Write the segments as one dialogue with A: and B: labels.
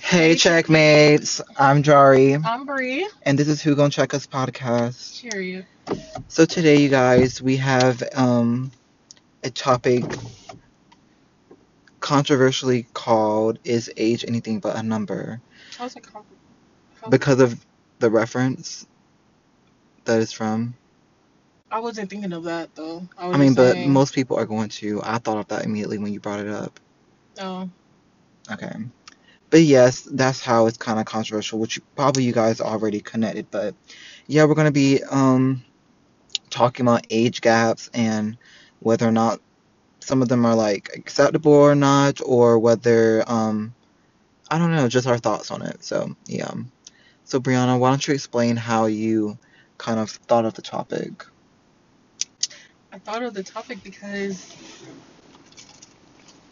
A: Hey, checkmates. I'm Jari,
B: I'm Bree.
A: and this is Who Gonna Check Us podcast.
B: Period.
A: So today, you guys, we have um, a topic controversially called "Is Age Anything But a Number?"
B: How's it called? How's
A: because of the reference that is from.
B: I wasn't thinking of that though. I, was
A: I mean,
B: just
A: but
B: saying,
A: most people are going to. I thought of that immediately when you brought it up.
B: No.
A: Okay. But yes, that's how it's kind of controversial, which you- probably you guys already connected. But yeah, we're going to be um, talking about age gaps and whether or not some of them are like acceptable or not, or whether, um, I don't know, just our thoughts on it. So yeah. So, Brianna, why don't you explain how you kind of thought of the topic?
B: I thought of the topic because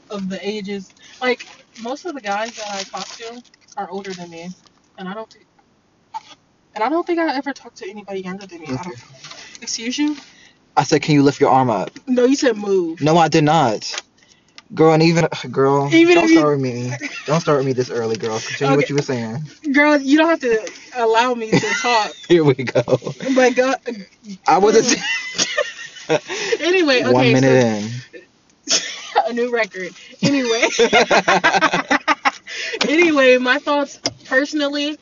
B: of the ages. Like most of the guys that I talk to are older than me, and I don't think. And I don't think I ever talked to anybody younger than me. I don't, excuse you?
A: I said, can you lift your arm up?
B: No, you said move.
A: No, I did not. Girl, and even, girl,
B: Even
A: don't
B: if you-
A: start with me. Don't start with me this early, girl. Continue what
B: Okay.
A: you were saying.
B: Girl, you don't have to allow me to talk.
A: Here we go.
B: But go,
A: I wasn't
B: anyway, okay.
A: one
B: so-
A: minute
B: a new record. Anyway.
A: in.
B: anyway, my thoughts personally,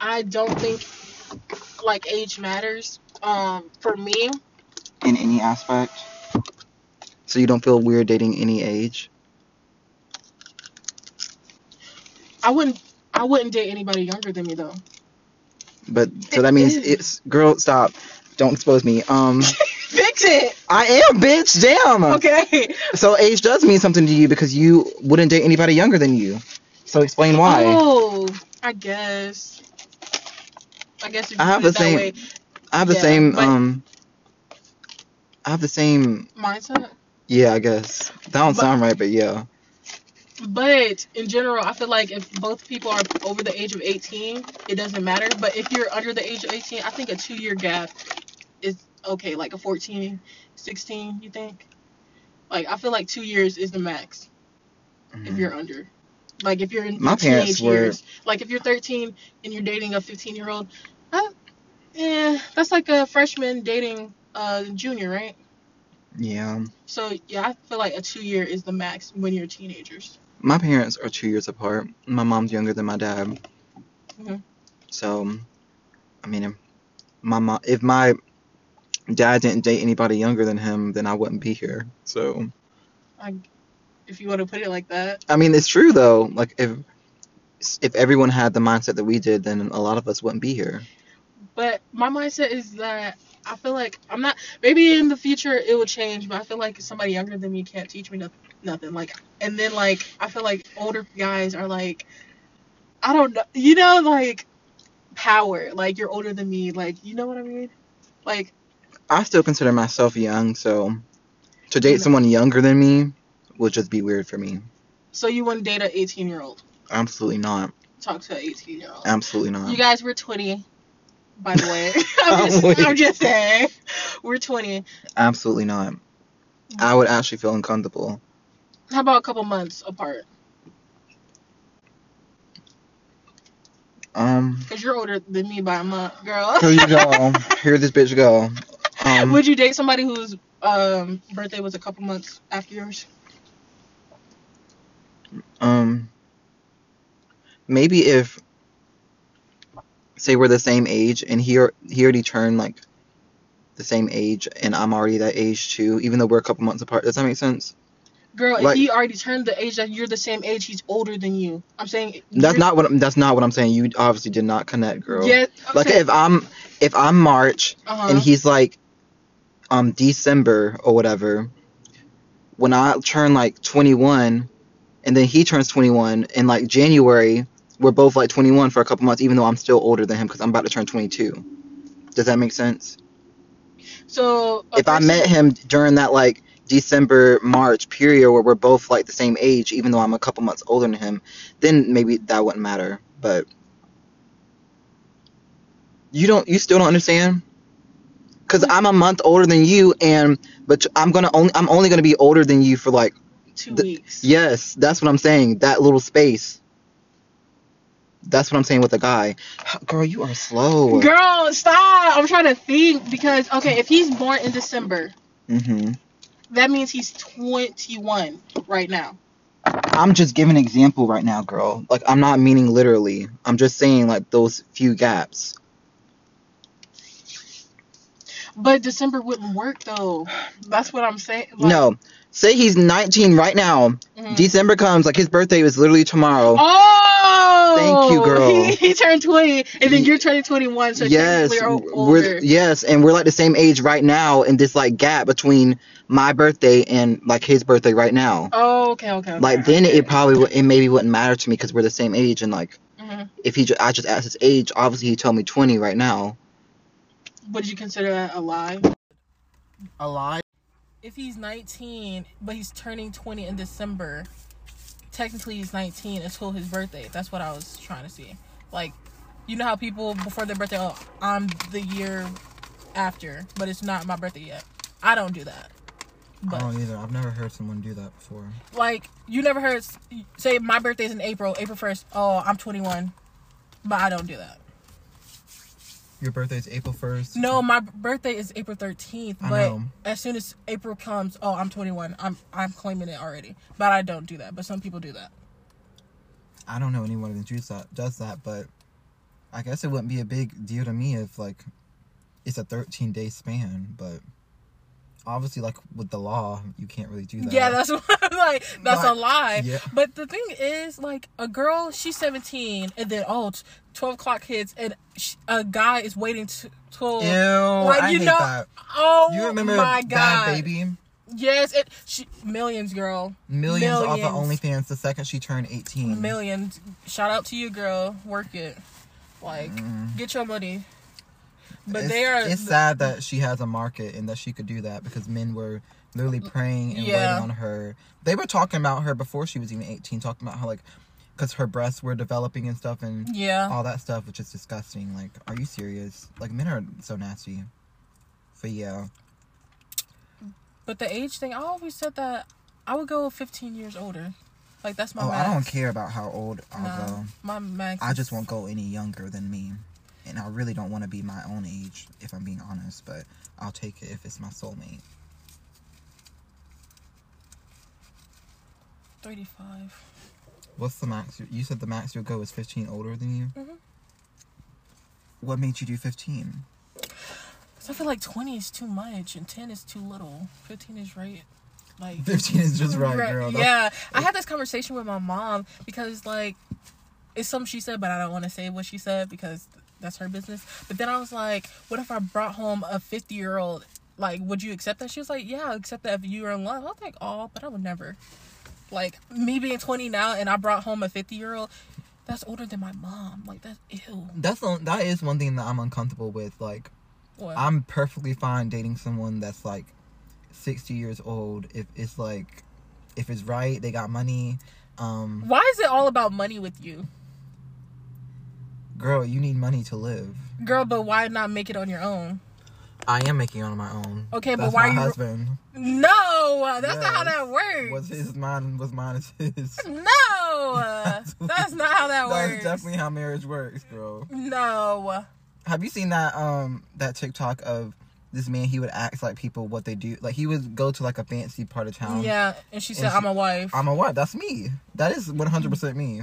B: I don't think like age matters. Um, for me,
A: in any aspect. So you don't feel weird dating any age.
B: I wouldn't. I wouldn't date anybody younger than me though.
A: But so that means it's girl. Stop. Don't expose me. Um,
B: Fix it.
A: I am bitch. Damn.
B: Okay.
A: So age does mean something to you because you wouldn't date anybody younger than you. So explain why.
B: Oh, I guess. I guess if
A: I
B: you
A: have
B: put it
A: the
B: that
A: same-
B: way,
A: I have the
B: yeah,
A: same.
B: but-
A: um. I have the same.
B: mindset.
A: Yeah, I guess that don't
B: But-
A: sound right, but yeah.
B: But in general, I feel like if both people are over the age of 18, it doesn't matter. But if you're under the age of 18, I think a two year gap is okay, like a 14, 16, you think? Like, I feel like two years is the max if you're under. Like, if you're in
A: Mm-hmm. My
B: your
A: parents
B: teenage
A: were-
B: years. Like, if you're 13 and you're dating a 15 year old, yeah, that's like a freshman dating a junior, right?
A: Mm-hmm. Yeah.
B: So, yeah, I feel like a two year is the max when you're teenagers.
A: My parents are two years apart. My mom's younger than my dad.
B: Mhm.
A: So, I mean, if my mom, if my dad didn't date anybody younger than him, then I wouldn't be here. So,
B: Like, if you want to put it like that.
A: I mean, it's true though. Like, if if everyone had the mindset that we did, then a lot of us wouldn't be here.
B: But my mindset is that I feel like I'm not. Maybe in the future it will change, but I feel like somebody younger than me can't teach me no, nothing. Like, and then like I feel like older guys are like, I don't know, you know, like power. Like you're older than me. Like you know what I mean? Like
A: I still consider myself young, so to date
B: No.
A: someone younger than me would just be weird for me.
B: so you wouldn't date an 18 year old.
A: Absolutely not.
B: Talk to an 18 year old.
A: Absolutely not.
B: You guys, we're 20. By the way, I'm, just,
A: Wait.
B: I'm just saying, we're 20.
A: Absolutely not. I would actually feel uncomfortable.
B: How about a couple months apart?
A: Um.
B: Cause you're older than me by a month, girl.
A: Here you go. Here this bitch go. Um,
B: Would you date somebody whose um, birthday was a couple months after yours?
A: um, maybe if say we're the same age and he or, he already turned like the same age and I'm already that age too, even though we're a couple months apart. Does that make sense?
B: Girl,
A: Like-
B: if he already turned the age that you're the same age, he's older than you. I'm saying
A: That's not what I'm, that's not what I'm saying. You obviously did not connect, girl.
B: Yeah, I'm
A: Like
B: saying-
A: if I'm if I'm March
B: uh-huh.
A: and he's like um December or whatever, when I turn like 21 and then he turns 21 in like January, we're both like 21 for a couple months even though I'm still older than him cuz I'm about to turn 22. Does that make sense?
B: so a
A: if I
B: person-
A: met him during that like December March period where we're both like the same age even though I'm a couple months older than him, then maybe that wouldn't matter, but you don't you still don't understand? Cuz I'm a month older than you and but I'm going to only I'm only going to be older than you for like
B: two
A: th-
B: weeks.
A: Yes, that's what I'm saying. That little space. that's what I'm saying with the guy. Girl, you are slow.
B: Girl, stop. I'm trying to think because okay, if he's born in December,
A: hmm
B: that means he's 21 right now.
A: I'm just giving an example right now, girl. Like I'm not meaning literally. I'm just saying like those few gaps.
B: But December wouldn't work though. That's what I'm saying. like-
A: no, say he's 19 right now.
B: Mhm.
A: December comes like his birthday is literally tomorrow.
B: Oh,
A: Thank you, girl.
B: He, he turned 20, and then you're turning 21, so
A: yes,
B: technically you're o-
A: we're
B: older.
A: yes, and we're like the same age right now, and this like gap between my birthday and like his birthday right now.
B: Oh, okay, okay. okay,
A: Like then
B: okay.
A: it probably would, it maybe wouldn't matter to me because we're the same age and like
B: Mhm.
A: if he ju- I just asked his age, obviously he told me 20 right now.
B: Would you consider that a lie?
A: A lie.
B: If he's 19, but he's turning 20 in December, technically he's 19 until his birthday. That's what I was trying to see. Like, you know how people before their birthday, oh, I'm the year after, but it's not my birthday yet. I don't do that. But
A: either. I've never heard someone do that before.
B: like you never heard s- say my birthday's in April, April first. Oh, I'm 21, but I don't do that.
A: Your birthday is April 1st.
B: No, my b- birthday is April 13th,
A: I
B: but
A: know.
B: as soon as April comes, oh, I'm 21. I'm I'm claiming it already, but I don't do that. But some people do that.
A: I don't know anyone that does that, does that, but I guess it wouldn't be a big deal to me if like it's a 13 day span, but obviously like with the law, you can't really do that.
B: Yeah, that's what I'm like that's a
A: Like,
B: lie.
A: yeah.
B: But the thing is, like a girl, she's 17, and then oh, t- 12 o'clock hits, and sh- a guy is waiting to. till
A: Ew, I hate that.
B: Oh
A: You remember
B: my
A: Bad
B: god,
A: Baby?
B: Yes, it she, millions, girl.
A: Millions, off of
B: Millions.
A: OnlyFans the second she turned 18.
B: Millions. Shout out to you, girl. Work it. Like, get your money.
A: Mm-hmm.
B: But
A: it's,
B: they are.
A: It's sad that she has a market and that she could do that because men were literally praying and
B: Yeah.
A: waiting on her. They were talking about her before she was even eighteen, talking about how like, because her breasts were developing and stuff and
B: Yeah.
A: all that stuff, which is disgusting. Like, are you serious? Like, men are so nasty. But yeah,
B: But the age thing, I always said that I would go 15 years older. Like, that's my
A: oh,
B: max.
A: I don't care about how old I'll
B: Nah,
A: go.
B: My max.
A: I
B: is-
A: just won't go any younger than me. And I really don't want to be my own age, if I'm being honest, but I'll take it if it's my soulmate.
B: 35.
A: What's the max? You- You said the max you'll go is 15 older than you?
B: Mhm.
A: What made you do 15?
B: 'Cause I feel like 20 is too much and 10 is too little. 15 is right. Like.
A: 15 is just right,
B: Right,
A: girl. That's-
B: Yeah, I had this conversation with my mom because like it's something she said, but I don't want to say what she said because that's her business. But then I was like, what if I brought home a fifty year old? Like, would you accept that? She was like, yeah, I'll accept that if you were in love. I was like, oh, but I would never. Like me being twenty now and I brought home a fifty year old, that's older than my mom. Like that's ew.
A: That's the- that is one thing that I'm uncomfortable with. Like,
B: What?
A: I'm perfectly fine dating someone that's like 60 years old if it's like, if it's right, they got money. Um,
B: Why is it all about money with you,
A: girl, you need money to live.
B: girl? But why not make it on your own?
A: I am making it on my own.
B: Okay, but
A: That's
B: why
A: my
B: are you-
A: husband?
B: No, that's not how
A: Yes.
B: that works.
A: Was his mine? Was mine is his?
B: No, that's not how that
A: That's
B: works.
A: definitely how marriage works, girl.
B: no.
A: Have you seen that um that TikTok of this man? He would ask like people what they do. Like he would go to like a fancy part of town.
B: yeah, and she said,
A: Um, and she-
B: "I'm a wife,
A: I'm a what? That's me. That is 100 percent me.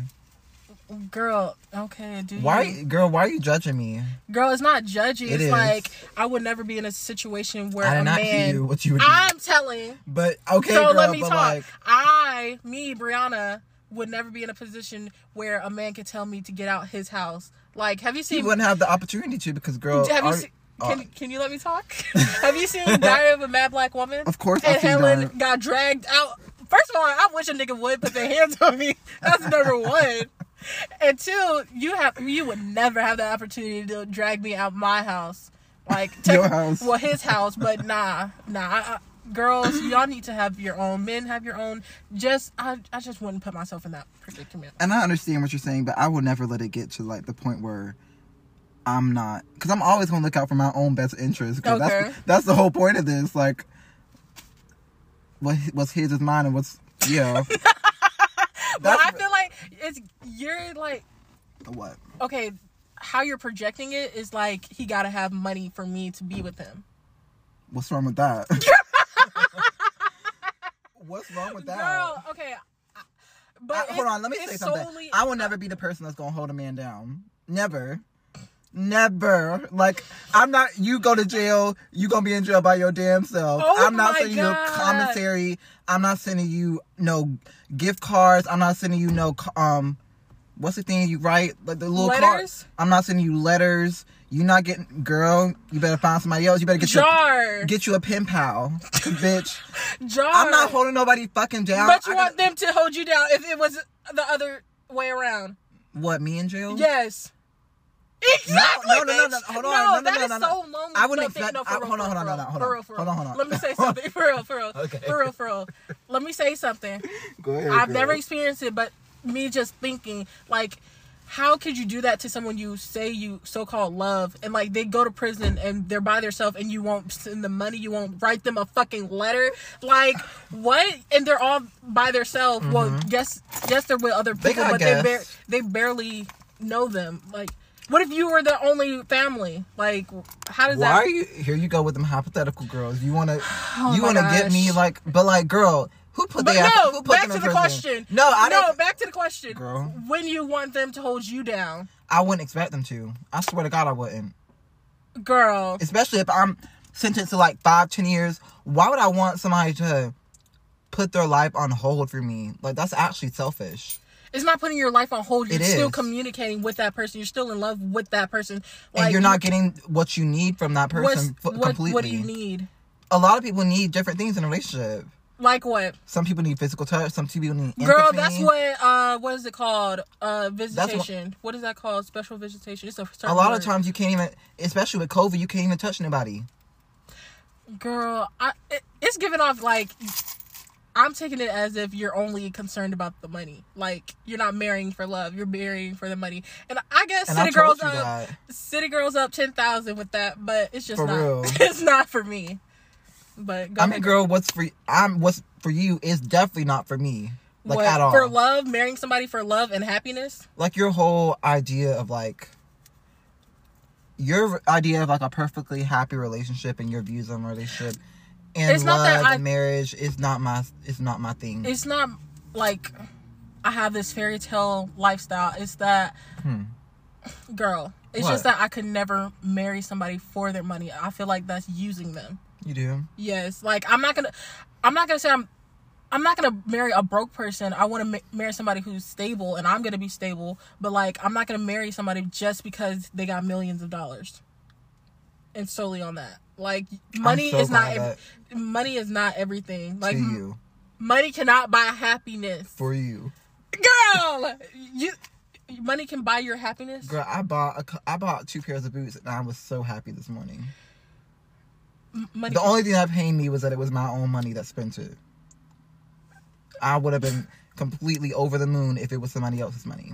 B: girl." Okay, do
A: Why,
B: you-
A: girl? Why are you judging me?
B: girl? It's not judging.
A: It
B: it's
A: is.
B: like I would never be in a situation where
A: I
B: a
A: did not
B: man.
A: see you. What you would do?
B: I'm telling.
A: but okay,
B: so
A: girl.
B: let me
A: but
B: talk.
A: like,
B: I, me, Brianna, would never be in a position where a man could tell me to get out his house. Like, have you
A: he
B: seen?
A: wouldn't have the opportunity to because, girl.
B: have you
A: our-
B: seen?
A: uh,
B: Can, can you let me talk? Have you seen Diary of a Mad Black Woman?
A: Of course
B: and
A: I've seen
B: Helen
A: Diary-
B: got dragged out. First of all, I wish a nigga would put their hands on me. That's number one. And two, you have you would never have the opportunity to drag me out my house, like
A: Your house.
B: Well, his house, but nah, nah. I, I, girls, y'all need to have your own. Men have your own. Just I, I just wouldn't put myself in that predicament.
A: and I understand what you're saying, but I will never let it get to like the point where I'm not, because I'm always going to look out for my own best interest. 'cause
B: Okay.
A: that's that's the whole point of this. Like, what what's his is mine, and what's yeah.
B: But
A: That's-
B: I feel like it's you're like
A: What?
B: okay, how you're projecting it is like he gotta have money for me to be with him.
A: What's wrong with that? What's wrong with that?
B: Girl, okay. I- But
A: I- hold
B: it's-
A: on, let me
B: it's
A: say something.
B: solely-
A: I will never be the person that's gonna hold a man down. Never. Never. Like I'm not you go to jail, you gonna be in jail by your damn self.
B: Oh
A: I'm not
B: my
A: sending you
B: God.
A: no commentary. I'm not sending you no gift cards. I'm not sending you no c- um what's the thing you write? Like the little
B: Letters?
A: card. I'm not sending you letters. You not getting girl, you better find somebody else. You better get your
B: jar,
A: get you a pen pal. bitch.
B: jar.
A: I'm not holding nobody fucking down.
B: But you
A: I
B: want
A: gotta-
B: them to hold you down if it was the other way around.
A: what, me in jail?
B: Yes. Exactly.
A: no, no, no,
B: bitch.
A: no, hold on, no, no,
B: that
A: no,
B: is
A: no, no.
B: so lonely.
A: I wouldn't
B: no, think-
A: expect-
B: No, for
A: I-
B: real,
A: hold on,
B: for
A: hold on,
B: real,
A: hold on,
B: for
A: hold
B: real,
A: on,
B: for
A: hold on,
B: real.
A: hold on.
B: Let me say something. For real, for real.
A: Okay.
B: For real, for real. Let me say something.
A: Go ahead,
B: I've
A: girl.
B: never experienced it, but me just thinking, like, how could you do that to someone you say you so called love and like they go to prison and they're by themselves and you won't send them money, you won't write them a fucking letter? Like, what? And they're all by themselves. Well, yes, yes, they're with other people,
A: Mm-hmm. They got
B: but they, bar-
A: guests.
B: they barely know them. Like, what if you were the only family? Like, how does
A: Why
B: that? Oh
A: are you here? You go with them hypothetical girls. You wanna, you
B: my
A: wanna get me
B: gosh.
A: like, but like, girl, who put
B: But
A: they?
B: no,
A: who put
B: back
A: them
B: to the
A: in prison?
B: question.
A: No, I
B: no,
A: don't.
B: back to the question.
A: Girl.
B: When you want them to hold you down,
A: I wouldn't expect them to. I swear to God, I wouldn't.
B: girl.
A: Especially if I'm sentenced to like five, ten years. Why would I want somebody to put their life on hold for me? Like that's actually selfish.
B: It's not putting your life on hold. You're
A: It
B: still
A: is.
B: communicating with that person. You're still in love with that person.
A: and you're not getting what you need from that
B: what's-
A: person f-
B: what,
A: completely.
B: What do you need?
A: A lot of people need different things in a relationship.
B: Like what?
A: Some people need physical touch. Some people need empathy.
B: Girl, that's what uh what is it called? Uh visitation. what is that called? Special visitation. It's a certain
A: a lot of
B: word.
A: times you can't even, especially with COVID, you can't even touch anybody.
B: Girl, I it, it's giving off like I'm taking it as if you're only concerned about the money. Like you're not marrying for love. You're marrying for the money. And I guess
A: And
B: city
A: I
B: girls
A: told you
B: up
A: that.
B: city girls up ten thousand with that, but it's just
A: For
B: not
A: real.
B: it's not for me. But go
A: I mean,
B: ahead.
A: girl, what's for I'm what's for you is definitely not for me, like
B: What,
A: at all.
B: For love, marrying somebody for love and happiness.
A: like your whole idea of like your idea of like a perfectly happy relationship and your views on relationship and
B: It's not
A: love
B: that I-
A: and marriage is not my it's not my thing.
B: It's not like I have this fairy tale lifestyle. It's that girl. It's just
A: Hmm. What?
B: that I could never marry somebody for their money. I feel like that's using them.
A: you do.
B: Yes, like I'm not gonna, I'm not gonna say I'm, I'm not gonna marry a broke person. I want to ma- marry somebody who's stable, and I'm gonna be stable. But like, I'm not gonna marry somebody just because they got millions of dollars, and solely on that. Like, money
A: so
B: is not,
A: glad
B: ev- money is not everything. Like, mm-hmm.
A: to you
B: money cannot buy happiness.
A: for you,
B: Girl, you, money can buy your happiness.
A: girl. I bought a, cou- I bought two pairs of boots and I was so happy this morning.
B: M- money.
A: The only thing that pained me was that it was my own money that spent it. I would have been completely over the moon if it was somebody else's money.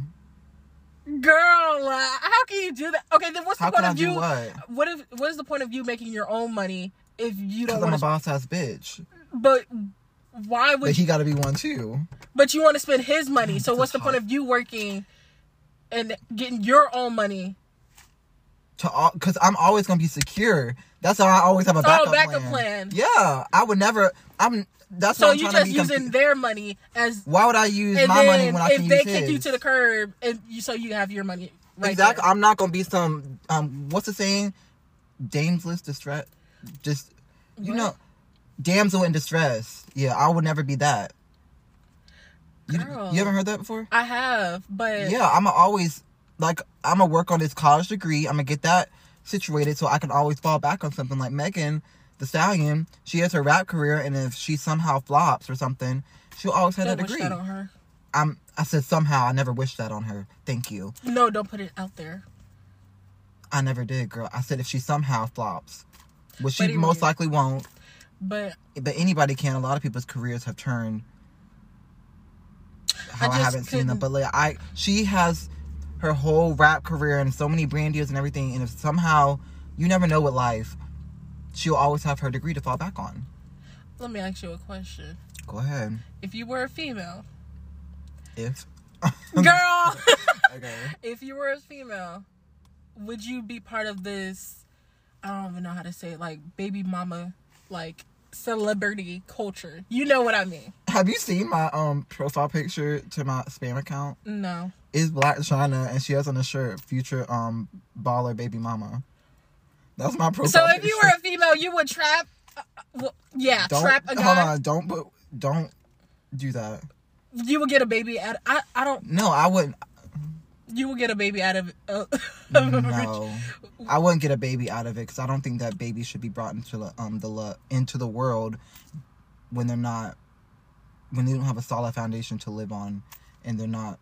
B: Girl, uh, how can you do that? Okay, then what's the
A: How
B: point
A: can I
B: of
A: do
B: you?
A: what?
B: What if? What is the point of you making your own money if you
A: Because
B: don't
A: I'm a
B: want
A: boss
B: to?
A: ass bitch.
B: But why would?
A: But he got to be one too.
B: but you want to spend his money. So
A: That's
B: what's the point
A: hard.
B: of you working and getting your own money?
A: To all, because I'm always gonna be secure. That's how I always have a
B: It's all
A: backup,
B: backup
A: plan.
B: plan.
A: Yeah, I would never. I'm. That's
B: So
A: why I'm trying
B: you just
A: to be. comp-
B: using their money as.
A: Why would I use
B: And
A: my money
B: then
A: when I
B: if
A: can
B: they
A: use
B: kick you
A: his?
B: to the curb, and you so you have your money. Right
A: exactly.
B: There.
A: I'm not gonna be some. Um, what's the saying? Damesless distress. Just you
B: What?
A: know, damsel in distress. Yeah, I would never be that. You,
B: Girl.
A: you haven't heard that before?
B: I have, but
A: yeah, I'm always like I'm gonna work on this college degree. I'm gonna get that situated so I can always fall back on something like Megan the Stallion. She has her rap career, and if she somehow flops or something, she'll always have
B: don't
A: that
B: wish
A: degree.
B: that on her.
A: I'm. I said somehow. I never wished that on her. Thank you.
B: No, don't put it out there.
A: I never did, girl. I said if she somehow flops, which she
B: But anyway.
A: most likely won't.
B: But
A: But anybody can. A lot of people's careers have turned. How I,
B: just
A: haven't seen them,
B: couldn't-
A: but like I, she has her whole rap career and so many brand deals and everything. And if somehow you never know with life, she'll always have her degree to fall back on.
B: let me ask you a question.
A: Go ahead.
B: If you were a female,
A: If
B: girl,
A: okay,
B: if you were a female, would you be part of this? I don't even know how to say it, like baby mama, like celebrity culture. You know what I mean?
A: Have you seen my um profile picture to my spam account?
B: No.
A: It's Black China, and she has on a shirt "Future um Baller Baby Mama." That's my profile.
B: So if
A: picture.
B: you were a female, you would trap. Uh, uh, well, yeah,
A: don't,
B: trap a guy.
A: hold on, don't put, don't do that.
B: You would get a baby out. I I don't.
A: No, I wouldn't.
B: You would get a baby out of. Uh, of a rich-
A: No, I wouldn't get a baby out of it because I don't think that baby should be brought into the um the lo- into the world when they're not when they don't have a solid foundation to live on and they're not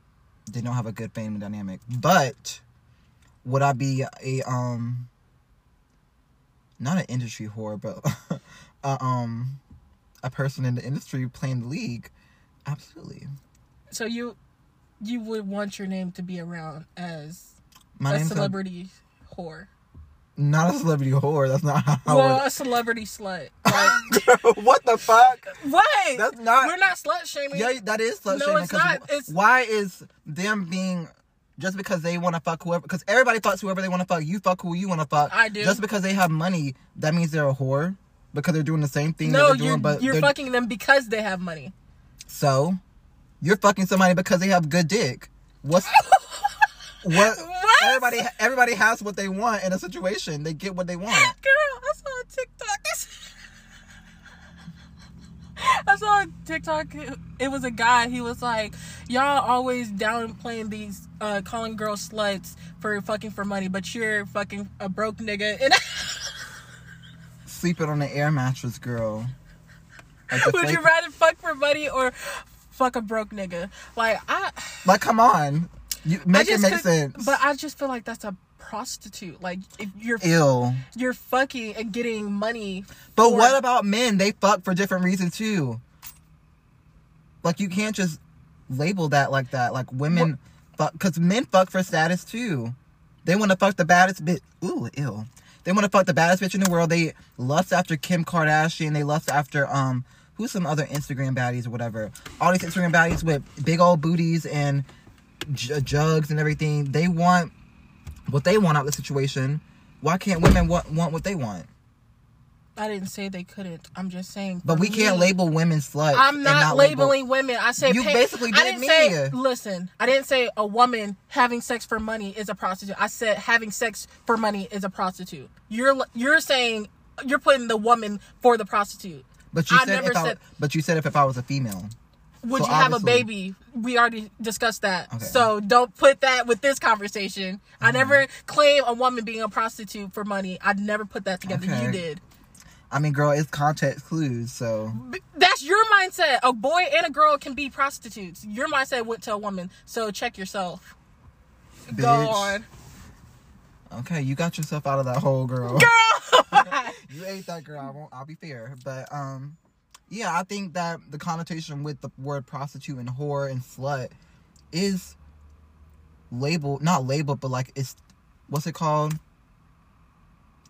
A: they don't have a good family dynamic. But would I be a um not an industry whore, but a, um a person in the industry playing the league? Absolutely.
B: So you, you would want your name to be around as
A: My
B: a
A: name's not-
B: celebrity whore.
A: not a celebrity whore. That's not how. I
B: well,
A: would-
B: a celebrity slut. Like,
A: what the fuck?
B: what?
A: That's not-
B: We're not slut shaming.
A: Yeah, that is slut
B: No,
A: shaming.
B: it's
A: 'cause
B: not.
A: wh-
B: It's-
A: Why is them being just because they want to fuck whoever? Because everybody fucks whoever they want to fuck. You fuck who you want to fuck.
B: I do.
A: Just because they have money, that means they're a whore because they're doing the same thing. that
B: No, you're
A: they're doing, but
B: you're
A: they're-
B: fucking them because they have money.
A: So, you're fucking somebody because they have good dick. What's what?
B: What?
A: Everybody, everybody has what they want in a situation. They get what they want.
B: Girl, I saw a TikTok. I saw a TikTok. It was a guy. He was like, "Y'all always downplaying these, uh, calling girls sluts for fucking for money, but you're fucking a broke nigga." And
A: Sleeping on an air mattress, girl. Like the
B: would you
A: flake-
B: rather fuck for money or fuck a broke nigga? Like I,
A: Like, come on. You,
B: I
A: make it
B: just
A: make
B: could-
A: sense.
B: But I just feel like that's a prostitute. Like if you're
A: Ew.
B: you're fucking and getting money.
A: But
B: for-
A: what about men? They fuck for different reasons too. Like you can't just label that like that. Like women fuck because men fuck for status too. They want to fuck the baddest bitch. Ooh, ew. They want to fuck the baddest bitch in the world. They lust after Kim Kardashian. They lust after um who's some other Instagram baddies or whatever. All these Instagram baddies with big old booties and j- uh, jugs and everything. They want what they want out of the situation. Why can't women want, want what they want?
B: I didn't say they couldn't. I'm just saying.
A: But
B: for
A: we can't
B: me,
A: label women sluts.
B: Mm-hmm. I'm
A: and
B: not,
A: label-
B: labeling women. I say
A: You
B: pa-
A: basically did
B: I didn't
A: me.
B: say. Listen, I didn't say a woman having sex for money is a prostitute. I said having sex for money is a prostitute. You're you're saying you're putting the woman for the prostitute.
A: But you
B: I
A: said
B: never
A: if I,
B: said-
A: But you said if, if I was a female.
B: Would
A: So
B: you have a
A: obviously-
B: baby? We already discussed that.
A: Okay. Mm-hmm.
B: So don't put that with this conversation. I never claim a woman being a prostitute for money. I never put that together.
A: Okay.
B: You did.
A: I mean, girl, it's context clues. So
B: B- That's your mindset. A boy and a girl can be prostitutes. Your mindset went to a woman. So check yourself. Go
A: Bitch.
B: on.
A: okay, you got yourself out of that hole, girl.
B: Girl!
A: You ate that, girl. I won't. I'll be fair, but um, yeah, I think that the connotation with the word prostitute and whore and slut is labeled, not labeled, but like it's what's it called?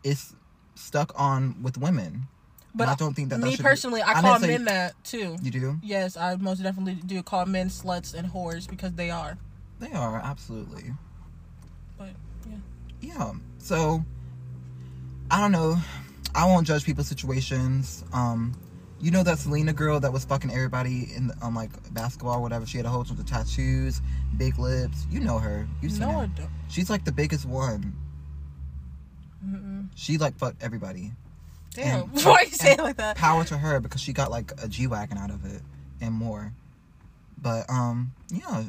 A: It's stuck on with women.
B: but
A: I don't think that that
B: me
A: should be-
B: personally, I
A: I
B: call
A: didn't say-
B: men that too.
A: You do?
B: Yes, I most definitely do call men sluts and whores because they are.
A: They are absolutely.
B: But yeah.
A: yeah so i don't know i won't judge people's situations um you know that selena girl that was fucking everybody in the, um like basketball or whatever she had a whole bunch of tattoos big lips you know her you've seen
B: No, I
A: her
B: don't.
A: she's like the biggest one
B: Mm-mm.
A: she like fucked everybody
B: Damn.
A: And-
B: Why you say it
A: and
B: like that?
A: power to her because she got like a g-wagon out of it and more but um yeah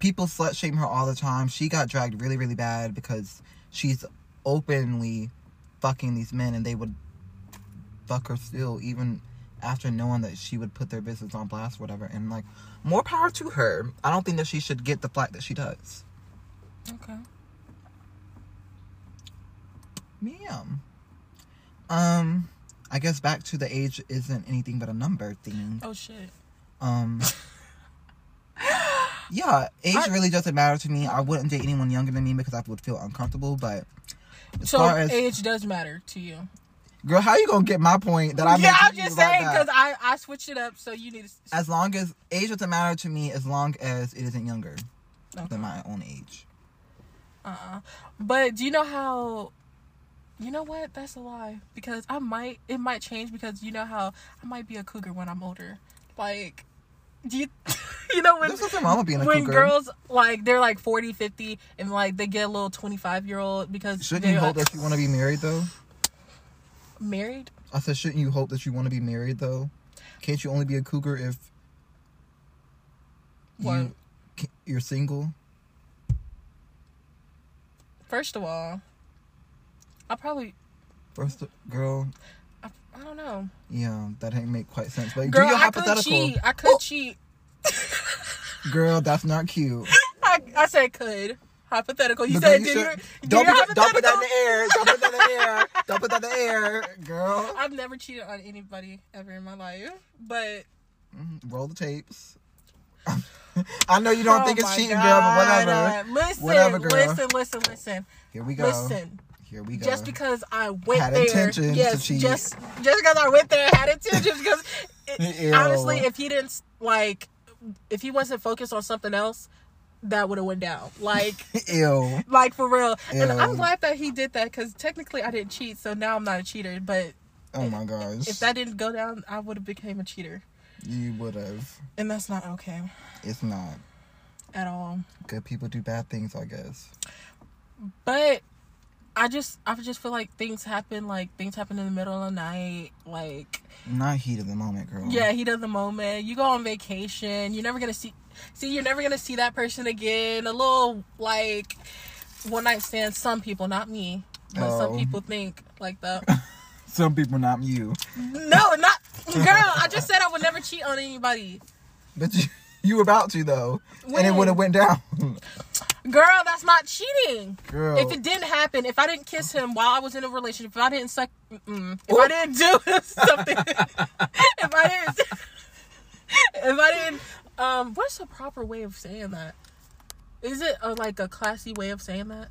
A: people slut shame her all the time she got dragged really really bad because she's openly fucking these men and they would fuck her still even after knowing that she would put their business on blast or whatever and like more power to her i don't think that she should get the flack that she does
B: Okay.
A: yeah um i guess back to the age isn't anything but a number thing
B: Oh shit.
A: Um, yeah, age
B: I-
A: really doesn't matter to me. I wouldn't date anyone younger than me because I would feel uncomfortable. But as
B: So
A: far as
B: age does matter to you.
A: girl, how you gonna get my point that I
B: yeah,
A: made to
B: I'm
A: you
B: just
A: about
B: saying
A: that?
B: because I I switched it up. So you need to.
A: as long as age doesn't matter to me, as long as it isn't younger
B: Okay.
A: than my own age.
B: Uh-uh. But do you know how you know what? That's a lie. Because I might it might change because you know how I might be a cougar when I'm older. Like do you you know when
A: There's nothing wrong with being a
B: when
A: cougar.
B: girls like they're like 40, 50 and like they get a little 25 year old because
A: shouldn't
B: they're
A: you hope
B: like,
A: that you want to be married though?
B: married?
A: I said, shouldn't you hope that you want to be married though? Can't you only be a cougar if
B: What?
A: you ca- you're single?
B: First of all, I probably
A: First, of- girl,
B: I, I don't know.
A: yeah, that ain't make quite sense. But
B: Girl,
A: do your
B: I could
A: hypothetical, Oh!
B: cheat. I could cheat.
A: girl. That's not cute.
B: I, I said could. Hypothetical. You
A: But girl,
B: said
A: you
B: do
A: should-
B: your, do
A: don't,
B: your
A: put that, don't put that in
B: hypothetical?
A: the air. Don't put that in the air. Don't put that in the air, girl.
B: I've never cheated on anybody ever in my life, but Mm-hmm.
A: Mhm, Roll the tapes. I know you don't think
B: Oh
A: it's
B: my
A: cheating, girl, but whatever.
B: God. Listen,
A: Whatever, girl.
B: listen, listen, listen,
A: Here we go.
B: listen.
A: Here we go.
B: Just because I went
A: Had
B: there,
A: intentions
B: yes,
A: to cheat.
B: just just because I went there, and had intentions. Because it,
A: Ew.
B: honestly, if he didn't like, if he wasn't focused on something else, that would have went down. Like,
A: Ew.
B: like for real. And I'm
A: Ew.
B: glad that he did that because technically I didn't cheat, so now I'm not a cheater. But
A: Oh my gosh.
B: if that didn't go down, I would have became a cheater,
A: you would have.
B: and that's not okay
A: It's not.
B: at all.
A: Good people do bad things, I guess.
B: But I just I just feel like things happen like things happen in the middle of the night like
A: Not heat of the moment, girl.
B: yeah heat of the moment you go on vacation you're never gonna see see you're never gonna see that person again a little like one night stand some people not me but some
A: Oh.
B: people think like that
A: Some people, not you.
B: no not girl I just said I would never cheat on anybody
A: But you, you were about to though, and
B: When?
A: it would have went down,
B: girl that's not cheating
A: girl.
B: if it didn't happen, if I didn't kiss him while I was in a relationship, if I didn't suck, mm-mm, if I didn't do something, if I didn't, if I didn't, um, what's the proper way of saying that? Is it a, like a classy way of saying that?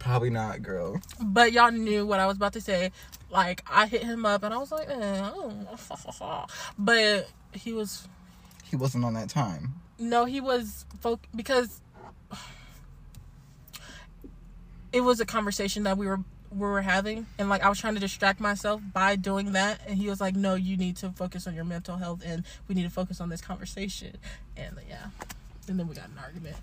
A: Probably not, girl.
B: But y'all knew what I was about to say. Like I hit him up and I was like, eh, oh, but he was
A: He wasn't on that time.
B: no, he was folk because it was a conversation that we were we were having, and like I was trying to distract myself by doing that, and he was like, "No, you need to focus on your mental health, and we need to focus on this conversation." And uh, yeah, and then we got in an argument.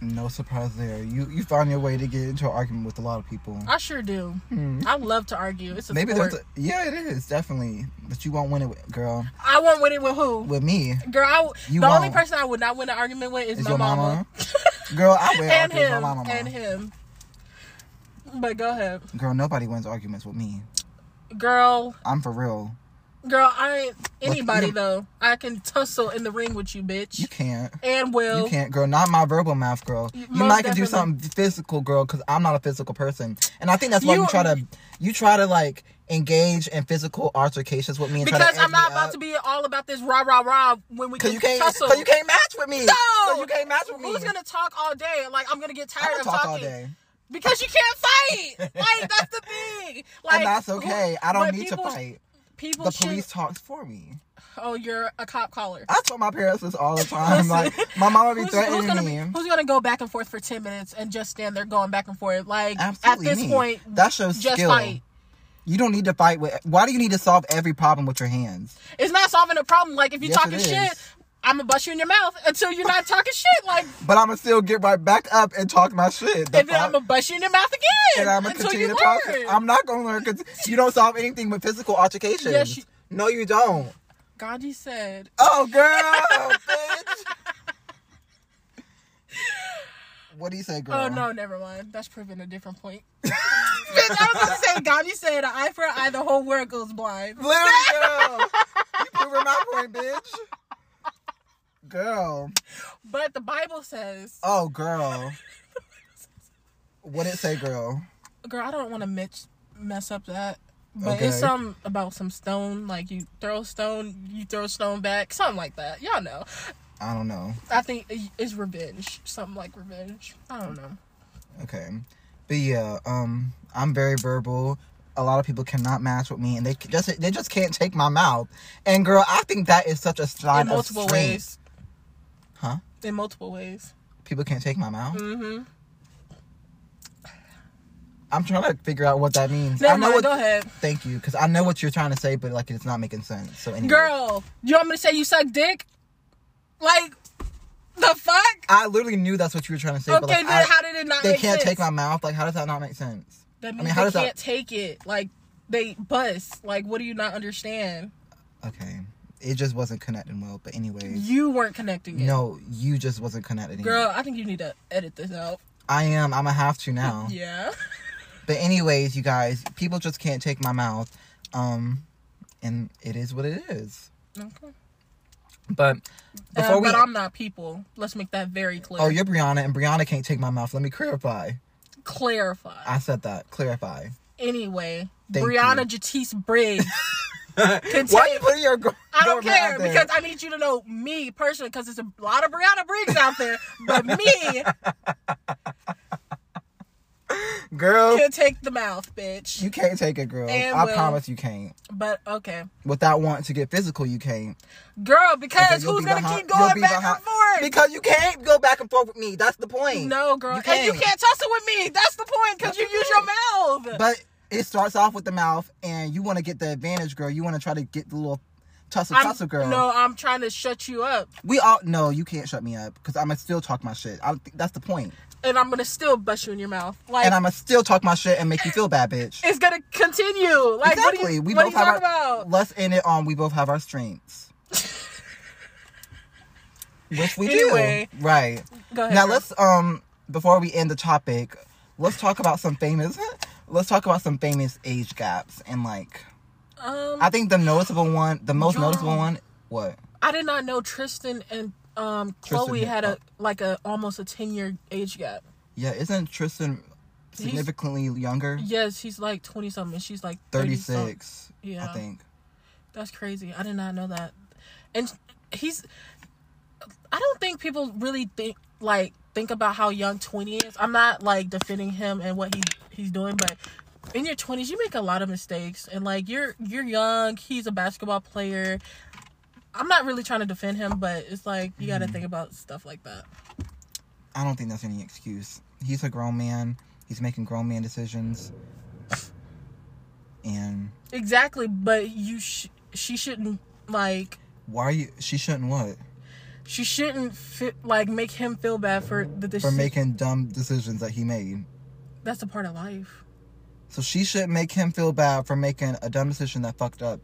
A: No surprise there. You you found your way to get into an argument with a lot of people.
B: I sure do.
A: Hmm.
B: I love to argue. It's a
A: Maybe
B: Maybe
A: there's
B: sport.
A: a, yeah, it is definitely. But you won't win it, with, girl.
B: I won't win it with who,
A: With me,
B: girl. I, w-
A: You
B: the only
A: won't.
B: person I would not win an argument with is,
A: is
B: my
A: your mama.
B: mama,
A: Girl, I win
B: and
A: arguments with my
B: him
A: mama. mama.
B: and him. But go ahead,
A: Girl, nobody wins arguments with me.
B: girl.
A: I'm for real.
B: Girl, I ain't anybody
A: you-
B: though. I can tussle in the ring with you, bitch.
A: You can't.
B: and will.
A: You can't, girl. Not my verbal mouth, girl. You
B: Most
A: might could do
B: definitely.
A: something physical, girl, because I'm not a physical person, and I think that's why you,
B: You-
A: try to you try to like engage in physical altercations with me. And
B: Because I'm not about to be all about this rah rah rah when we
A: Because
B: can
A: you can't.
B: tussle.
A: Because you can't match with me. 'Cause
B: No,
A: you can't match with me.
B: Who's gonna talk all day? Like I'm gonna get
A: I
B: tired
A: can
B: of
A: talk
B: talking
A: all day.
B: because you can't fight. Like that's the thing. Like
A: and Oh, that's
B: who-
A: okay. I don't
B: but
A: need
B: people-
A: to fight.
B: People
A: The
B: should.
A: police talks for me.
B: Oh, you're a cop caller.
A: I tell my parents this all the time.
B: Listen,
A: like my mom would be
B: Who's, who's
A: threatening
B: gonna
A: me.
B: be, who's gonna go back and forth for ten minutes and just stand there going back and forth? Like
A: Absolutely
B: at this
A: me.
B: point,
A: that shows
B: just
A: skill.
B: fight.
A: You don't need to fight with. Why do you need to solve every problem with your hands?
B: It's not solving a problem. Like if you
A: Yes,
B: talking
A: it
B: shit,
A: is.
B: I'm gonna bust you in your mouth until you're not talking shit. Like
A: But I'ma still get right back up and talk my shit. The
B: and then
A: fuck?
B: I'm gonna bust you in your mouth again
A: and I'ma
B: until
A: continue
B: you
A: to
B: learn.
A: process. I'm not gonna learn because you don't solve anything with physical altercations.
B: Yes, you-
A: no, you don't.
B: Gandhi said,
A: Oh, girl, bitch. What do you say, girl?
B: "Oh no, never mind. That's proving a different point." Bitch, I was gonna say Gandhi said, "An eye for an eye, the whole world goes blind."
A: Literally, girl. you proving my point, bitch. Girl.
B: But the Bible says,
A: Oh, girl. What it say, girl?
B: "Girl, I don't want to mess mess up that." But it's
A: Okay.
B: something about some stone, like you throw a stone, you throw a stone back, something like that. Y'all know.
A: I don't know.
B: I think it- it's revenge, something like revenge. I don't know.
A: Okay. But yeah, um, I'm very verbal. A lot of people cannot match with me, and they c- just they just can't take my mouth. And girl, I think that is such a sign
B: in multiple
A: of strength.
B: ways.
A: Huh?
B: In multiple ways.
A: People can't take my mouth.
B: Mm-hmm.
A: I'm trying to figure out what that means.
B: Never
A: I know
B: mind,
A: what.
B: go ahead.
A: Thank you, because I know what you're trying to say, but like it's not making sense. So anyway.
B: Girl, you want me to say you suck dick? Like, the fuck?
A: I literally knew that's what you were trying to say.
B: Okay,
A: but like,
B: then
A: I,
B: how did it not
A: they
B: make
A: can't
B: sense?
A: take my mouth. Like, how does that not make sense?
B: That
A: I
B: means
A: mean, how
B: they
A: does that-
B: can't take it. Like, they bust. Like, what do you not understand?
A: Okay, it just wasn't connecting well. But anyways,
B: You weren't connecting it.
A: Mm. no, you just wasn't connecting. it.
B: Girl, I think you need to edit this out.
A: I am. I'm gonna have to now.
B: Yeah.
A: But anyways, you guys, people just can't take my mouth. Um, and it is what it is.
B: Okay.
A: But before
B: Uh,
A: we,
B: but I'm not people. Let's make that very clear.
A: oh, you're Brianna, and Brianna can't take my mouth. Let me clarify.
B: Clarify.
A: I said that. Clarify.
B: anyway,
A: Thank
B: Brianna
A: you.
B: Jatisse Briggs.
A: Why are you putting your gr-
B: I don't
A: girlfriend out
B: care
A: there?
B: because I need you to know me personally because there's a lot of Brianna Briggs out there, but me
A: girl,
B: can take the mouth, bitch.
A: you can't take it, girl.
B: And
A: I
B: will.
A: promise you can't.
B: But okay,
A: Without wanting to get physical, you can't.
B: girl, because
A: you'll
B: who's
A: be
B: gonna
A: behind-
B: keep
A: you'll
B: going
A: be
B: back
A: behind-
B: and forth?
A: Because you can't go back and forth with me. That's the point.
B: no, girl,
A: You
B: and you
A: can't.
B: can't tussle with me. That's the point because you use your mouth.
A: But it starts off with the mouth, and you want to get the advantage, girl. You want to try to get the little tussle,
B: I'm-
A: tussle, girl.
B: No, I'm trying to shut you up,
A: We all no, you can't shut me up because I'ma still talk my shit. I, that's the point,
B: and I'm gonna still bust you in your mouth. Like
A: and I'ma still talk my shit and make you feel bad, bitch.
B: it's gonna continue. Like
A: exactly.
B: what are you,
A: we
B: what are
A: both
B: you
A: have
B: talking
A: our.
B: about?
A: Let's end it on. We both have our strengths, which we
B: Anyway.
A: do. Right
B: Go ahead.
A: now,
B: girl.
A: let's um before we end the topic, let's talk about some famous. Let's talk about some famous age gaps and like
B: Um,
A: I think the noticeable one, the most
B: Y'all.
A: noticeable one, what?
B: I did not know Tristan and um
A: Tristan
B: Chloe
A: had-
B: had
A: oh.
B: a like a almost a ten year age gap.
A: Yeah, isn't Tristan
B: He's-
A: significantly younger?
B: Yes, he's like twenty something. She's like
A: Thirty
B: 30-something.
A: six, I
B: Yeah.
A: think.
B: That's crazy. I did not know that. And he's. I don't think people really think like think about how young twenty is. I'm not like defending him and what he he's doing, but in your twenties you make a lot of mistakes and like you're you're young. He's a basketball player. I'm not really trying to defend him, but it's like you got to think about stuff like that.
A: I don't think that's any excuse. He's a grown man. He's making grown man decisions. And
B: Exactly, but you sh- she shouldn't like
A: why are you? She shouldn't what
B: she shouldn't fit like make him feel bad for the
A: for
B: decision.
A: making dumb decisions that he made.
B: That's a part of life.
A: So she should make him feel bad for making a dumb decision that fucked up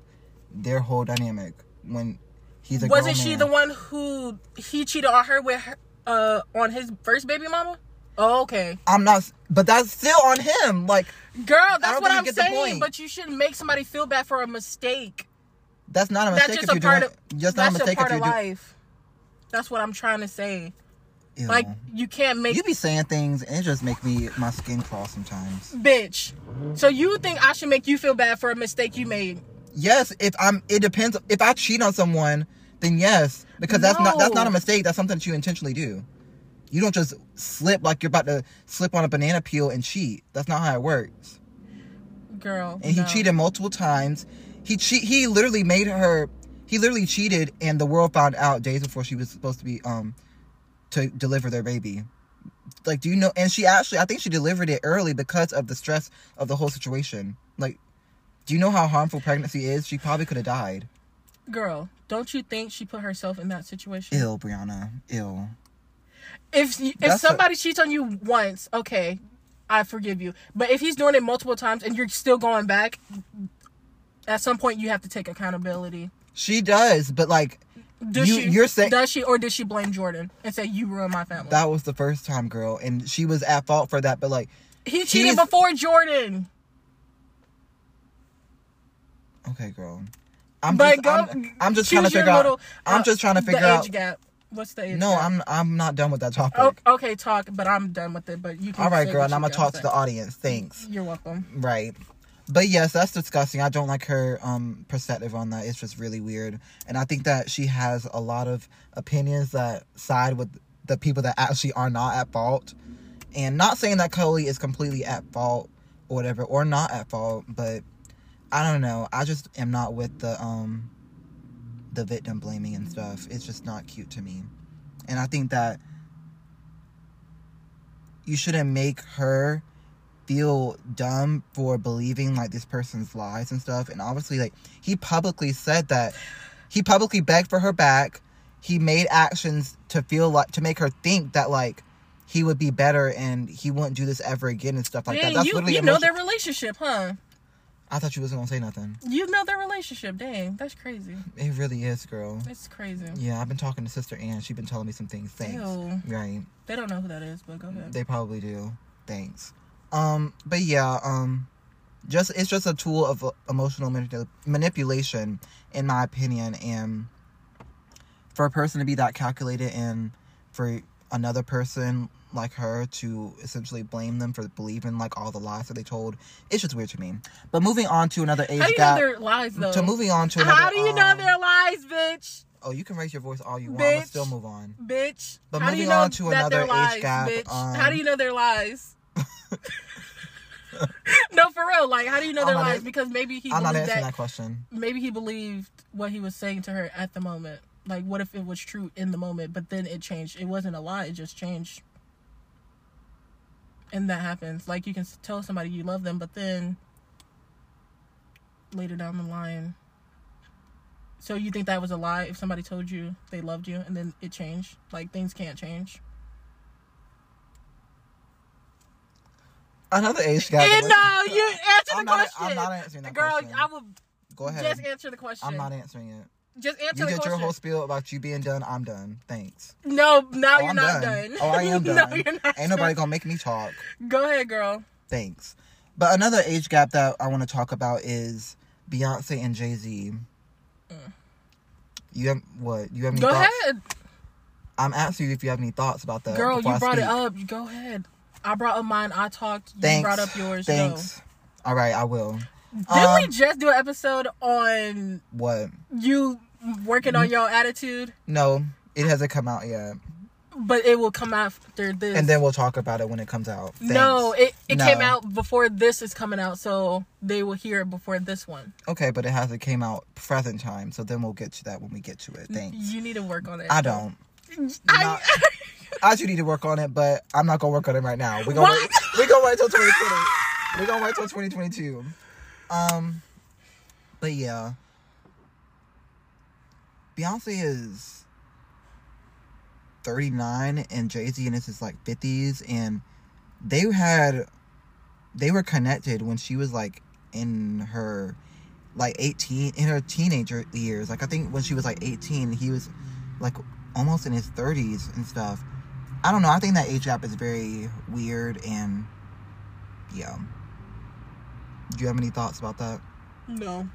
A: their whole dynamic when he's a
B: Wasn't
A: grown
B: she
A: man.
B: the one who he cheated on her with her, uh on his first baby mama? Oh, okay,
A: I'm not, but that's still on him. Like
B: girl,
A: don't
B: that's
A: think
B: what
A: you
B: I'm
A: get the
B: saying.
A: point.
B: But you shouldn't make somebody feel bad for a mistake.
A: that's not a
B: That's
A: mistake
B: just
A: if
B: a
A: you're
B: part
A: doing.
B: of
A: just not a
B: that's
A: mistake
B: part
A: if
B: of
A: you do.
B: life. That's what I'm trying to say.
A: Ew.
B: Like you can't make
A: you be saying things and it just make me my skin crawl sometimes.
B: bitch. So you think I should make you feel bad for a mistake you made?
A: Yes, if I'm it depends if I cheat on someone, then yes, because that's not that's
B: No.
A: not a mistake, that's something that you intentionally do. You don't just slip like you're about to slip on a banana peel and cheat. That's not how it works.
B: Girl,
A: And
B: no.
A: he cheated multiple times. He cheat he literally made her he literally cheated and the world found out days before she was supposed to be um to deliver their baby. Like do you know and she actually I think she delivered it early because of the stress of the whole situation. Like do you know how harmful pregnancy is? She probably could have died.
B: Girl, don't you think she put herself in that situation?
A: ill, Brianna. Ill.
B: If if
A: That's a-
B: somebody cheats on you once, okay, I forgive you. But if he's doing it multiple times and you're still going back, at some point you have to take accountability.
A: She does, but like
B: Does
A: You-
B: she?
A: you're saying-
B: does she or does she blame Jordan and say you ruined my family?
A: that was the first time, girl, and she was at fault for that. But like,
B: he cheated
A: he's-
B: before Jordan.
A: okay, girl, I'm just,
B: But go-
A: I'm, I'm just trying to
B: choose your
A: figure out.
B: little,
A: I'm
B: uh,
A: just trying to figure
B: the
A: out.
B: age gap. What's the age?
A: No,
B: gap?
A: I'm I'm not done with that topic.
B: Oh, okay, talk, but I'm done with it. But you can.
A: All right,
B: say
A: girl,
B: what
A: and
B: you
A: I'm gonna
B: gotta
A: talk to
B: say.
A: the audience. Thanks.
B: You're welcome.
A: Right. But yes, that's disgusting. I don't like her um perspective on that. It's just really weird. And I think that she has a lot of opinions that side with the people that actually are not at fault. And not saying that Chloe is completely at fault or whatever or not at fault, but I don't know. I just am not with the um the victim blaming and stuff. It's just not cute to me. And I think that you shouldn't make her feel dumb for believing like this person's lies and stuff. And obviously, like he publicly said that he publicly begged for her back. He made actions to feel like to make her think that like he would be better and he wouldn't do this ever again and stuff like
B: Dang,
A: that. That's
B: you,
A: literally
B: you know
A: emotion-
B: their relationship, huh?
A: I thought you wasn't gonna say nothing.
B: You know their relationship. Dang, that's crazy.
A: It really is, girl.
B: It's crazy.
A: Yeah, I've been talking to Sister Ann. She's been telling me some things. Thanks.
B: Ew.
A: Right.
B: They don't know who that is, but go ahead.
A: They probably do. Thanks. Um, but yeah, um, just it's just a tool of uh, emotional manip- manipulation, in my opinion, and for a person to be that calculated and for another person like her to essentially blame them for believing like all the lies that they told, it's just weird to me. But moving on to another age
B: How do you know
A: gap.
B: their lies though?
A: to moving on to another.
B: How do you know
A: um,
B: their lies, bitch?
A: Oh, you can raise your voice all you want. Let's
B: Bitch.
A: still move on.
B: Bitch.
A: But
B: How do you
A: moving
B: know
A: on to
B: that
A: another
B: they're
A: age
B: lies,
A: gap,
B: bitch?
A: um,
B: how do you know their lies? no, for real. Like, how do you know
A: I'm
B: their
A: not
B: lies?
A: an-
B: Because maybe he
A: I'm not
B: believed
A: answering
B: that,
A: that question.
B: Maybe he believed what he was saying to her at the moment. Like, what if it was true in the moment, but then it changed? It wasn't a lie. It just changed. And that happens. Like, you can s- tell somebody you love them, but then later down the line. So you think that was a lie if somebody told you they loved you and then it changed? Like things can't change.
A: Another age gap.
B: Eh,
A: but-
B: no, you answer
A: I'm
B: the
A: not,
B: question.
A: I'm not answering that
B: Girl,
A: question.
B: I will
A: Go ahead.
B: just answer the question.
A: I'm not answering it.
B: just answer
A: You
B: the
A: did
B: question.
A: your whole spiel about you being done. I'm done. Thanks.
B: No, now
A: Oh,
B: you're
A: I'm
B: not
A: done.
B: done.
A: Oh, I am done.
B: no, you're not.
A: Ain't nobody gonna make me talk.
B: done. Go ahead, girl.
A: Thanks. But another age gap that I want to talk about is Beyonce and Jay Z. You have what? You have any
B: Mm. Go
A: thoughts?
B: ahead,
A: I'm asking you if you have any thoughts about that.
B: girl.
A: before I
B: You brought it
A: speak.
B: up. Go ahead. I brought up mine. I talked. You
A: Thanks.
B: brought up yours. Go.
A: Thanks. All right, I will.
B: Didn't we
A: Um,
B: just do an episode on
A: What?
B: you working
A: Mm-hmm.
B: on your attitude?
A: No, it hasn't come out yet.
B: But it will come after this.
A: And then we'll talk about it when it comes out. Thanks.
B: No, it, it came
A: No.
B: out before this is coming out, so they will hear it before this one.
A: Okay, but it hasn't came out present time, so then we'll get to that when we get to it. Thanks.
B: You need to work on it.
A: I don't.
B: I,
A: Not- I do need to work on it, but I'm not gonna work on it right now. We're gonna
B: What?
A: wait, we're gonna wait till 2020. We're gonna wait till 2022. Um, but yeah, Beyonce is 39 and Jay Z and this is like 50s, and they had they were connected when she was like in her like 18 in her teenager years. Like I think when she was like 18, he was like almost in his 30s and stuff. I don't know. I think that age gap is very weird and yeah. Do you have any thoughts about that?
B: no,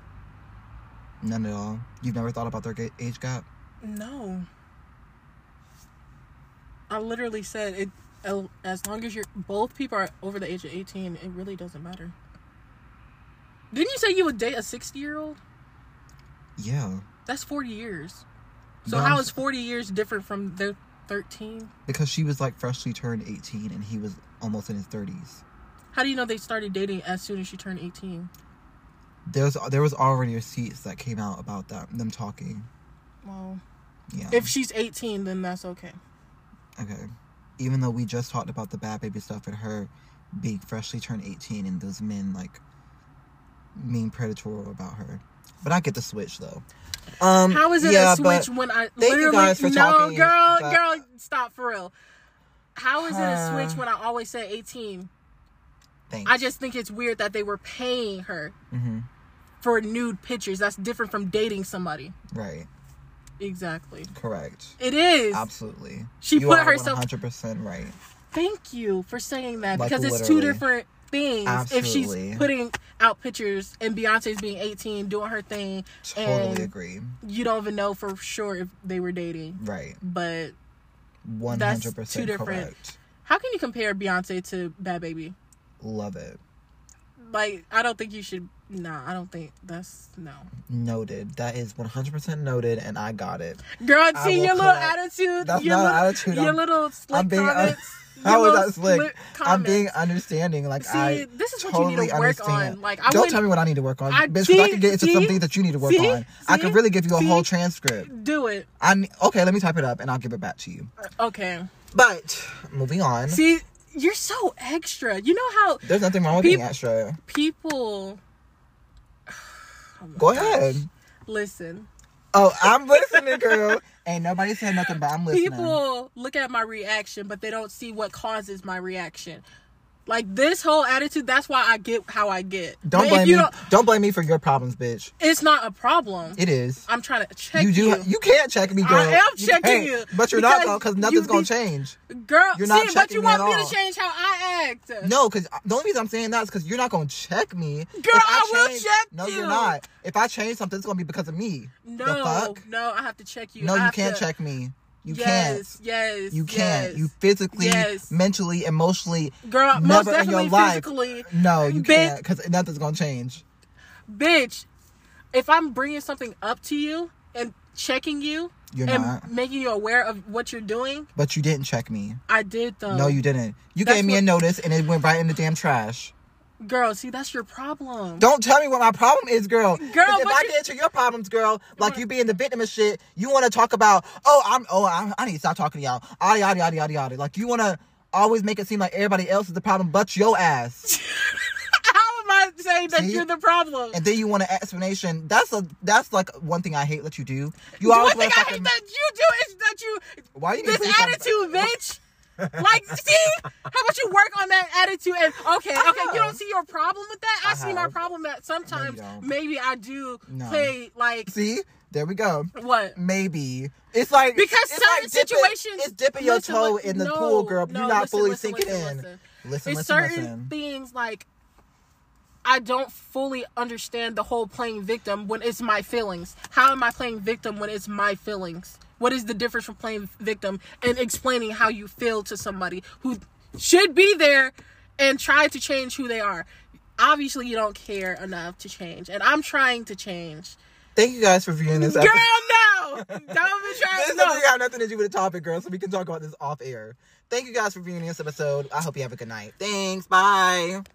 A: None at all. You've never thought about their ga- age gap?
B: no. I literally said it. el- As long as you're both people are over the age of eighteen, it really doesn't matter. Didn't you say you would date a sixty-year-old?
A: Yeah.
B: That's forty years. So
A: No, I'm
B: how
A: s-
B: is forty years different from the thirteen?
A: Because she was like freshly turned 18 and he was almost in his 30s.
B: How do you know they started dating as soon as she turned eighteen?
A: There's there was already receipts that came out about that them talking.
B: Well,
A: Yeah.
B: if she's eighteen, then that's okay.
A: okay. Even though we just talked about the bad baby stuff and her being freshly turned 18 and those men like being predatory about her. But I get the switch though. Um
B: How is it
A: yeah,
B: a
A: but-
B: switch when I
A: you
B: literally
A: guys for
B: no
A: talking,
B: girl
A: but-
B: girl stop for real. How is it a switch
A: Huh.
B: when I always say eighteen?
A: Thanks.
B: I just think it's weird that they were paying her
A: hmm
B: for nude pictures. That's different from dating somebody.
A: Right.
B: Exactly.
A: Correct.
B: It is.
A: Absolutely.
B: She
A: you
B: put
A: are
B: herself-
A: 100% right.
B: Thank you for saying that
A: Like,
B: because it's two
A: literally.
B: different things. If
A: Absolutely.
B: she's putting out pictures and Beyonce's being eighteen, doing her thing,
A: Totally
B: and
A: agree.
B: you don't even know for sure if they were dating.
A: Right.
B: But
A: 100%
B: two different-
A: correct.
B: how can you compare Beyonce to Bad Baby?
A: Love it.
B: like I don't think you should. Nah, I don't think that's no.
A: Noted. That is 100% noted and I got it.
B: Girl,
A: I
B: see
A: will
B: your little
A: collect-
B: attitude.
A: That's
B: your
A: not an
B: little,
A: attitude,
B: Your
A: I'm-
B: little slick
A: I'm being un-
B: comments. your
A: How was
B: little
A: that slick? I'm being
B: comments.
A: understanding. Like
B: See,
A: I
B: this is what you
A: totally
B: need to work
A: understand.
B: on. Like I
A: Don't tell
B: wouldn't
A: me what I need to work on,
B: I-
A: bitch. 'cause I
B: see,
A: can get into
B: see,
A: something that you need to work
B: see,
A: on. I can
B: see,
A: really give you a
B: see.
A: whole transcript.
B: do it.
A: I ne- okay. Let me type it up and I'll give it back to you.
B: Okay.
A: But moving on.
B: See, you're so extra. You know how
A: There's nothing wrong with
B: Peop-
A: being extra.
B: people. Oh my
A: Go
B: gosh.
A: ahead.
B: Listen,
A: Oh, I'm listening, girl. Ain't nobody said nothing, but I'm listening.
B: people look at my reaction, but they don't see what causes my reaction. Like this whole attitude. That's why I get how I get. But
A: don't
B: if
A: blame
B: you
A: me. Don't... blame me for your problems, bitch.
B: it's not a problem.
A: It is.
B: I'm trying to check
A: you
B: you.
A: do. You. can't check me, girl.
B: I am
A: You
B: checking
A: can't.
B: you,
A: but you're not
B: because
A: gonna, because
B: you
A: nothing's gonna
B: be-
A: change.
B: Girl,
A: You're not
B: see, but
A: checking
B: you
A: me at
B: want me
A: all.
B: to change how I act.
A: No, because the only reason I'm saying that is because you're not gonna check me. Girl,
B: I will check
A: No,
B: you.
A: are not. If I change something, it's gonna be because of me.
B: No,
A: The fuck?
B: no, I have to check you.
A: No,
B: I
A: you
B: have
A: can't
B: to-
A: check me. You
B: yes, Yes,
A: can't. You can't.
B: yes.
A: You physically,
B: Yes.
A: mentally, emotionally.
B: Girl, most
A: never in
B: definitely
A: your life.
B: physically,
A: No, you
B: Bitch.
A: can't because nothing's gonna change.
B: bitch. If I'm bringing something up to you and checking you
A: You're
B: and
A: not.
B: making you aware of what you're doing,
A: But you didn't check me.
B: I did though.
A: no, you didn't. You
B: That's
A: gave me a
B: what-
A: notice and it went right in the damn trash.
B: girl. See, that's your problem.
A: Don't tell me what my problem is, girl. Girl, if
B: but
A: I
B: you-
A: get into your problems, girl, like you being the victim of shit, you want to talk about, oh, I'm, oh, I'm, I need to stop talking to y'all. Yada yada yada yada yada. Like you want to always make it seem like everybody else is the problem, but your ass.
B: How am I saying that
A: See?
B: you're the problem?
A: and then you want an explanation. That's a, that's like one thing I hate that you do. You
B: The one
A: always
B: thing
A: want
B: I
A: to
B: hate
A: fucking.
B: that you do is that you
A: Why you need to
B: this
A: say something?
B: attitude, bitch. like, see, how about you work on that attitude? And okay,
A: I
B: okay, you
A: have.
B: don't see your problem with that. I,
A: I
B: see my
A: have.
B: problem that sometimes
A: don't.
B: maybe I do
A: No.
B: play like
A: See, there we go.
B: what.
A: Maybe it's like
B: Because
A: it's
B: certain
A: dipping-
B: situations,
A: it's dipping your
B: listen,
A: toe
B: li-
A: in the
B: no,
A: pool, girl.
B: no,
A: You're not
B: listen,
A: fully
B: listen,
A: sinking
B: listen,
A: in.
B: listen.
A: Listen,
B: It's
A: listen,
B: certain
A: listen.
B: things like I don't fully understand the whole playing victim when it's my feelings. How am I playing victim when it's my feelings? What is the difference from playing victim and explaining how you feel to somebody who should be there and try to change who they are? Obviously, you don't care enough to change, and I'm trying to change.
A: Thank you guys for viewing this.
B: Girl,
A: episode.
B: no, don't be trying.
A: This
B: to
A: doesn't
B: no.
A: have nothing to do with the topic, girl, so we can talk about this off air. Thank you guys for viewing this episode. I hope you have a good night. Thanks. Bye.